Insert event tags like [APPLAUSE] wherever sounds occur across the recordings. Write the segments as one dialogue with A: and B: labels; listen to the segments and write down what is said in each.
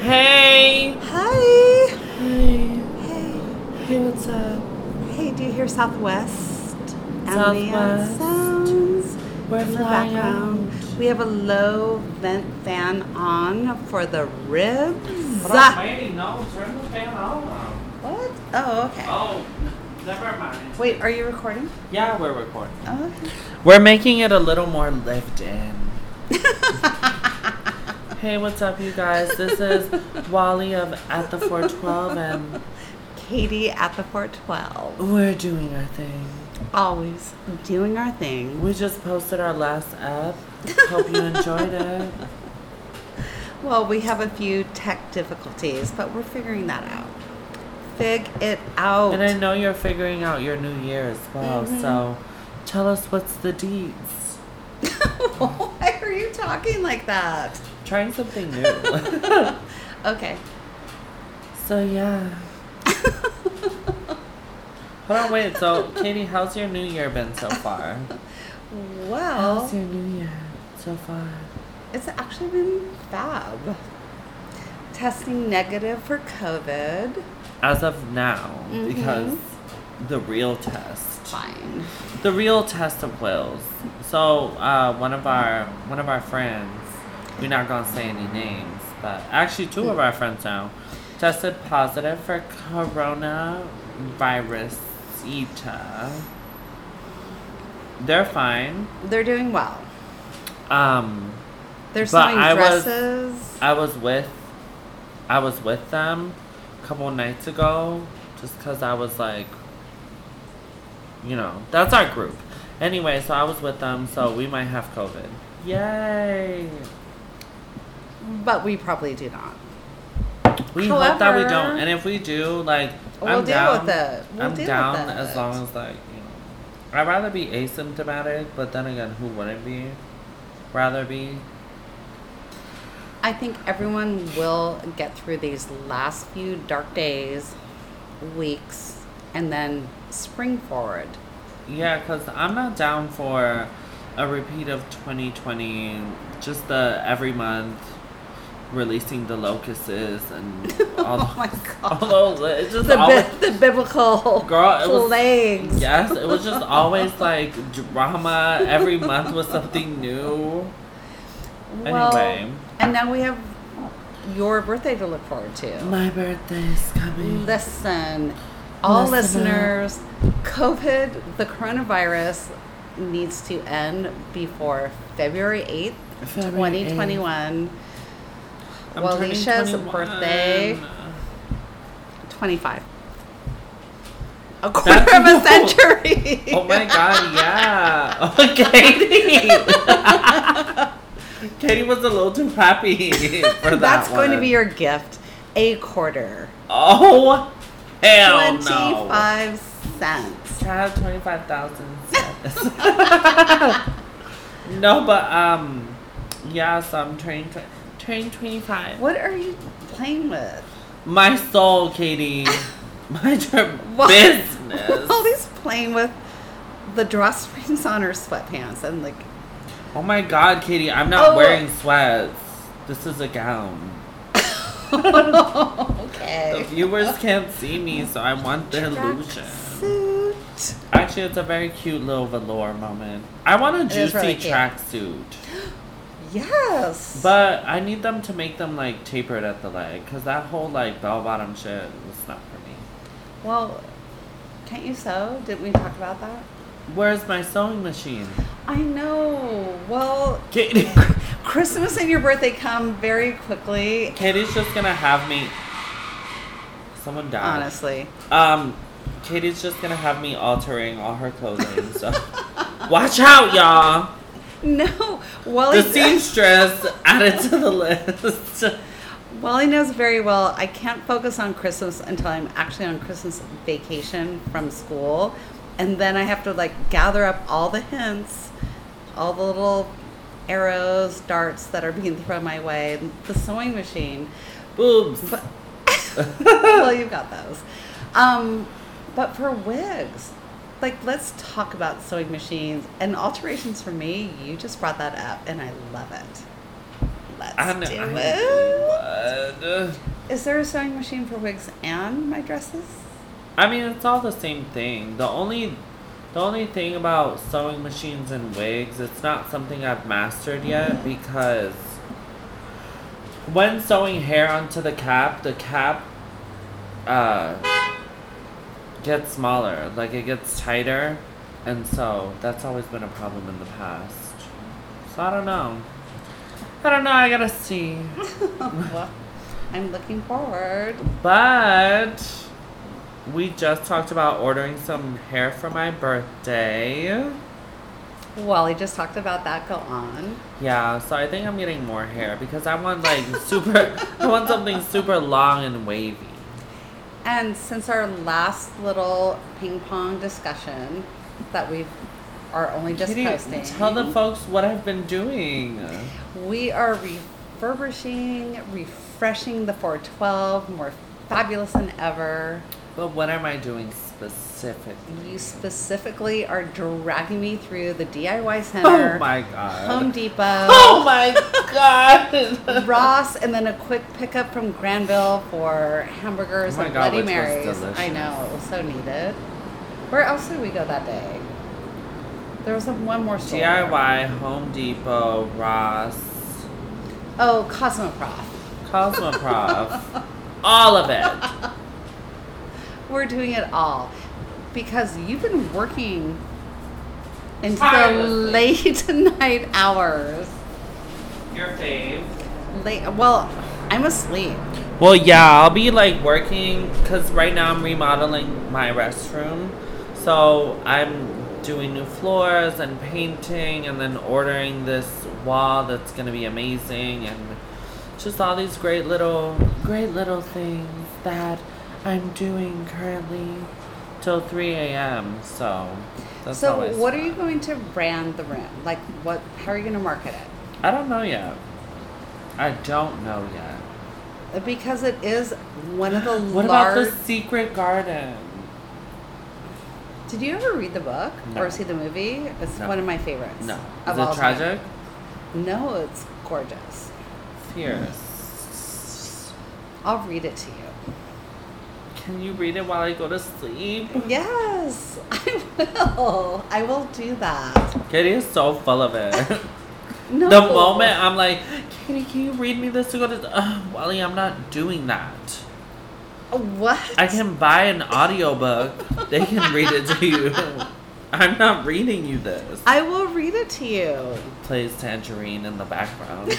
A: Hey.
B: Hi.
A: Hey.
B: Hey.
A: Hey, what's up?
B: Hey, do you hear Southwest? And the
A: Southwest.
B: sounds
A: We're
B: in the
A: flying
B: background. We have a low vent fan on for the ribs.
A: Manny, no, turn the fan on.
B: What? Oh, okay.
A: Oh, never mind.
B: Wait, are you recording?
A: Yeah, we're recording.
B: Oh, okay.
A: We're making it a little more lived [LAUGHS] in. hey, what's up, you guys? This is Wally of At the 412, and
B: Katie at the 412.
A: we're doing our thing.
B: Always doing our thing.
A: We just posted our last app. Hope you enjoyed it.
B: Well, we have a few tech difficulties, but we're figuring that out. Fig it out.
A: And I know you're figuring out your new year as well, so tell us what's the deeds.
B: [LAUGHS] Why are you talking like that?
A: Trying something [LAUGHS] new.
B: Okay.
A: So yeah. Hold on, wait. So, Katie, how's your New Year been so far?
B: Well,
A: your New Year so far?
B: it's actually been fab. Testing negative for COVID.
A: As of now, because
B: Mhm.
A: the real test,
B: Fine.
A: the real test of wills. So, uh, one of our one of our friends, we're not gonna say any names, but actually two of our friends now tested positive for coronavirus. They're fine.
B: They're doing well.
A: Um,
B: They're
A: But
B: sewing
A: I was-
B: dresses.
A: I was with, I was with them a couple nights ago, just cause I was like, you know, that's our group. Anyway, so I was with them, so we might have COVID. Yay!
B: but we probably do not.
A: We hope that we
B: However-
A: don't, and if we do, like,
B: We'll
A: I'm
B: deal
A: down.
B: with it. We'll
A: I'm
B: deal
A: down
B: with it.
A: as long as like, you know, I'd rather be asymptomatic, but then again, who wouldn't be? Rather be.
B: I think everyone will get through these last few dark days, weeks, and then spring forward.
A: Yeah, because I'm not down for a repeat of 2020. Just the every month releasing the locusts
B: [LAUGHS]
A: and all,
B: Oh my
A: [LAUGHS] all
B: God.
A: those. It's just
B: The,
A: always,
B: bi- the biblical
A: girl. It was
B: plagues.
A: yes. It was
B: [LAUGHS]
A: just always like drama. Every month was something new.
B: Well,
A: Anyway.
B: and now we have your birthday to look forward to.
A: My birthday's coming.
B: Listen, all
A: Listen
B: listeners, COVID, the coronavirus needs to end before February 8th,
A: February
B: 2021.
A: I'm
B: well,
A: turning
B: Alicia's
A: 21.
B: birthday, 25. A quarter
A: That's-
B: of a
A: no. [LAUGHS]
B: century.
A: Oh my god, yeah. [LAUGHS] Oh, Katie. Katie was a little too happy [LAUGHS] for that.
B: That's going to
A: one.
B: be your gift. A quarter.
A: Oh, hell no.
B: 25 cents.
A: Child, 25,000 cents. [LAUGHS] no, but, um, yeah, so I'm turning, tw- turning 25.
B: What are you playing with?
A: My soul, Katie. [LAUGHS] My ter-
B: Well-
A: business.
B: [LAUGHS] All these playing with the drawstrings on her sweatpants and like [LAUGHS]
A: Oh my god, Katie, I'm not
B: Oh.
A: wearing sweats. This is a gown. The
B: okay
A: viewers can't see me, so I want their illusion.
B: tracksuit.
A: Actually, it's a very cute little velour moment. I want a
B: It is
A: juicy
B: really cute.
A: tracksuit,
B: Yes,
A: but I need them to make them like tapered at the leg, cause that whole like bell bottom shit was not for me.
B: well, can't you sew? Didn't we talk about that?
A: Where's my sewing machine,
B: I know. Well,
A: Katie? [LAUGHS]
B: Christmas and your birthday come very quickly.
A: Katie's just gonna have me. Someone died.
B: Honestly, [LAUGHS]
A: Um, Katie's just gonna have me altering all her clothing. So, [LAUGHS] watch out, y'all.
B: no. Wally,
A: The seamstress added to the list. [LAUGHS]
B: Wally knows very well. I can't focus on Christmas until I'm actually on Christmas vacation from school, and then I have to like gather up all the hints, all the little arrows, darts that are being thrown my way, the sewing machine. [LAUGHS]
A: Boobs.
B: well, you've got those. Um, but for wigs, like let's talk about sewing machines and alterations for me. You just brought that up, and I love it. Let's
A: I know.
B: do
A: I
B: it.
A: know. good.
B: Is there a sewing machine for wigs and my dresses?
A: I mean, it's all the same thing. The only, the only thing about sewing machines and wigs, it's not something I've mastered yet because when sewing hair onto the cap, the cap, uh, gets smaller. Like it gets tighter, and so that's always been a problem in the past. So I don't know. I don't know. I gotta see.
B: Oh, [LAUGHS] well, I'm looking forward.
A: But we just talked about ordering some hair for my birthday.
B: Well, he just talked about that. Go on.
A: Yeah, so I think I'm getting more hair because I want
B: [LAUGHS]
A: like super I want something super long and wavy.
B: And since our last little ping pong discussion that we are only just
A: Kitty,
B: posting,
A: Tell the folks what I've been doing.
B: we are refurbishing, refreshing the 412 more fabulous than ever.
A: But what am I doing specifically?
B: You specifically are dragging me through the DIY center,
A: Oh my god.
B: Home [LAUGHS] Depot,
A: Oh my
B: [LAUGHS]
A: god.
B: Ross, and then a quick pickup from Granville for hamburgers
A: Oh my
B: and
A: God,
B: Bloody
A: which was
B: Marys. I
A: delicious.
B: know, it was so needed. Where else did we go that day? There was one more store.
A: DIY, Home Depot, Ross,
B: Oh, Cosmoprof.
A: Cosmoprof. all of it.
B: [LAUGHS] We're doing it all because you've been working until
A: Tirelessly.
B: late [LAUGHS] night hours.
A: Your fave.
B: Late. Well, I'm asleep.
A: Well, yeah, I'll be like working because right now I'm remodeling my restroom. So I'm doing new floors and painting and then ordering this wall that's going to be amazing and just all these great little, great little things that I'm doing currently till 3 a.m. So that's
B: so,
A: always
B: what are you going to brand the room? Like, what? How are you going to market it?
A: I don't know yet. I don't know yet.
B: Because it is one of
A: [GASPS]
B: the
A: What
B: large.
A: about the secret garden?
B: Did you ever read the book
A: No.
B: or see the movie? It's
A: No.
B: one of my favorites.
A: No.
B: of
A: Is
B: all
A: it
B: time.
A: tragic?
B: No, it's gorgeous.
A: Fierce.
B: I'll read it
A: [LAUGHS]
B: to you.
A: Can you read it while I go to sleep?
B: Yes, [LAUGHS] I will. I will do that.
A: Katie is so full of [LAUGHS] it.
B: No.
A: The moment I'm like, Katie, can you read me this to go to? Ugh, Wally, I'm not doing that.
B: What?
A: I can buy an audiobook. they can read it to you. [LAUGHS] I'm not reading you this.
B: I will read it to you.
A: Plays Tangerine in the [LAUGHS] background.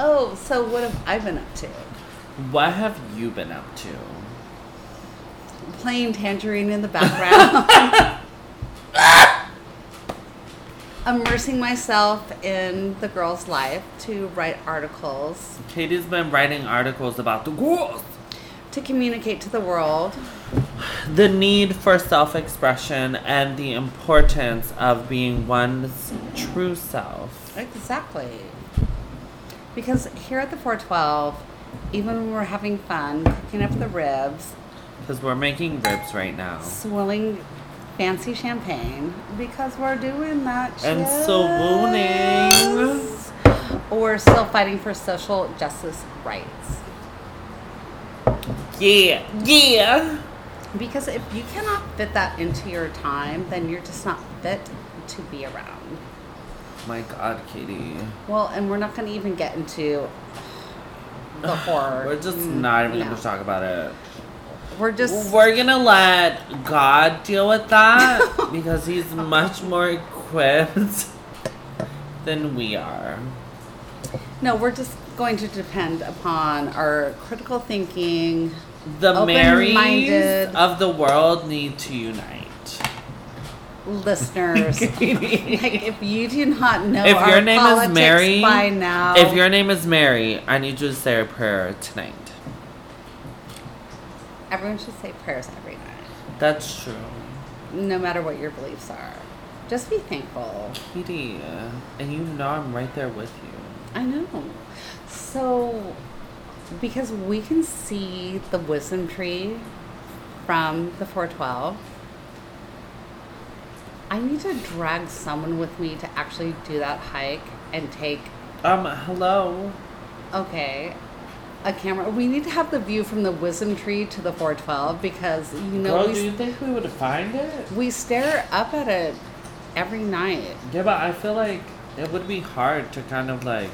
B: Oh, so what have I been up to?
A: what have you been up to?
B: Playing tangerine in the background. [LAUGHS] Immersing myself in the girl's life to write articles
A: Katie's been writing articles about the girls.
B: to communicate to the world.
A: the need for self expression and the importance of being one's true self.
B: Exactly. Because here at the 412, even when we're having fun, cooking up the ribs,
A: Because we're making ribs right now.
B: swilling fancy champagne, because we're doing that shit.
A: And salooning.
B: Or still fighting for social justice rights.
A: Yeah, yeah.
B: Because if you cannot fit that into your time, then you're just not fit to be around.
A: My God, Katie.
B: Well, and we're not going to even get into the
A: [SIGHS]
B: horror. Mm,
A: We're just not even
B: no.
A: gonna talk about it.
B: We're just
A: We're gonna let God deal with that because he's much more equipped than we are.
B: No, we're just going to depend upon our critical thinking.
A: The Marys
B: Open-minded.
A: of the world need to unite. [LAUGHS]
B: Listeners, like if you do not know
A: If
B: our
A: your name is
B: politics
A: Mary,
B: by now,
A: if your name is Mary, I need you to say a prayer tonight.
B: everyone should say prayers every night,
A: That's true.
B: no matter what your beliefs are. Just be thankful.
A: Katie, and you know I'm right there with you.
B: I know. So, because we can see the wisdom tree from the 412, I need to drag someone with me to actually do that hike and take
A: Um, hello.
B: Okay. A camera. We need to have the view from the wisdom tree to the 412 because you know
A: Girl,
B: we,
A: do you think we would find it?
B: we stare up at it every night.
A: Yeah, but I feel like it would be hard to kind of like.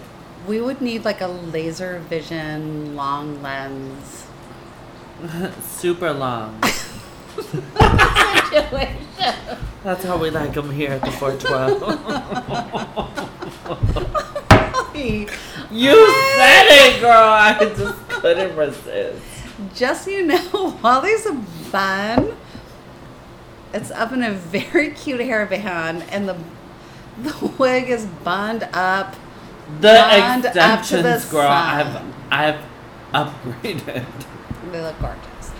B: We would need like a laser vision long lens [LAUGHS]
A: super long.
B: [LAUGHS] situation.
A: That's how we like them here at the 412. [LAUGHS] you said it, girl. I just couldn't resist.
B: Just so you know, [LAUGHS] Wally's a bun. It's up in a very cute hairband, and the the [LAUGHS] wig is bunned up.
A: The
B: Bond up to the
A: extensions, girl.
B: sun.
A: I've I've upgraded.
B: They look gorgeous.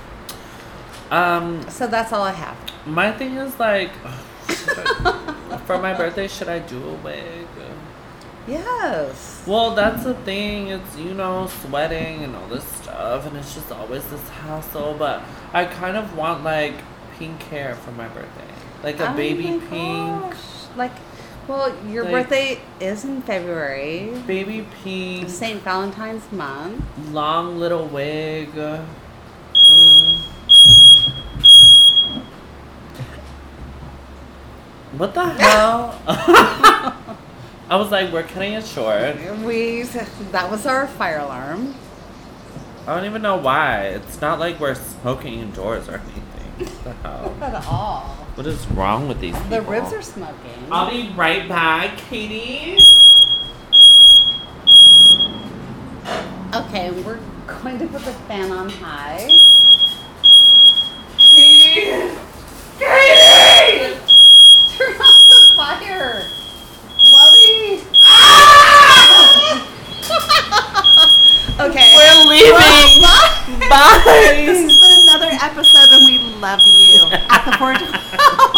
A: Um,
B: So that's all I have.
A: my thing is like, [LAUGHS] for my birthday, should I do a wig?
B: Yes.
A: Well, that's the thing. It's, you know, sweating and all this stuff, and it's just always this hassle. But I kind of want, like, pink hair for my birthday. Like a
B: Oh
A: baby
B: my
A: pink.
B: gosh. Like, well, your
A: Like-
B: birthday is in February.
A: Baby pink.
B: St. Valentine's month.
A: Long little wig. Mm. What the hell? [LAUGHS] I was like, we're cutting it short.
B: We that was our fire alarm.
A: I don't even know why. It's not like we're smoking indoors or anything. What the hell?
B: Not at all.
A: What is wrong with these people? Um,
B: The ribs are smoking.
A: I'll be right back, Katie.
B: Okay, we're going to put the fan on high.
A: Katie! Katie!
B: Turn off the fire! Wally! okay.
A: We're leaving.
B: Bye.
A: Bye.
B: This has been another episode, and we love you at the 412.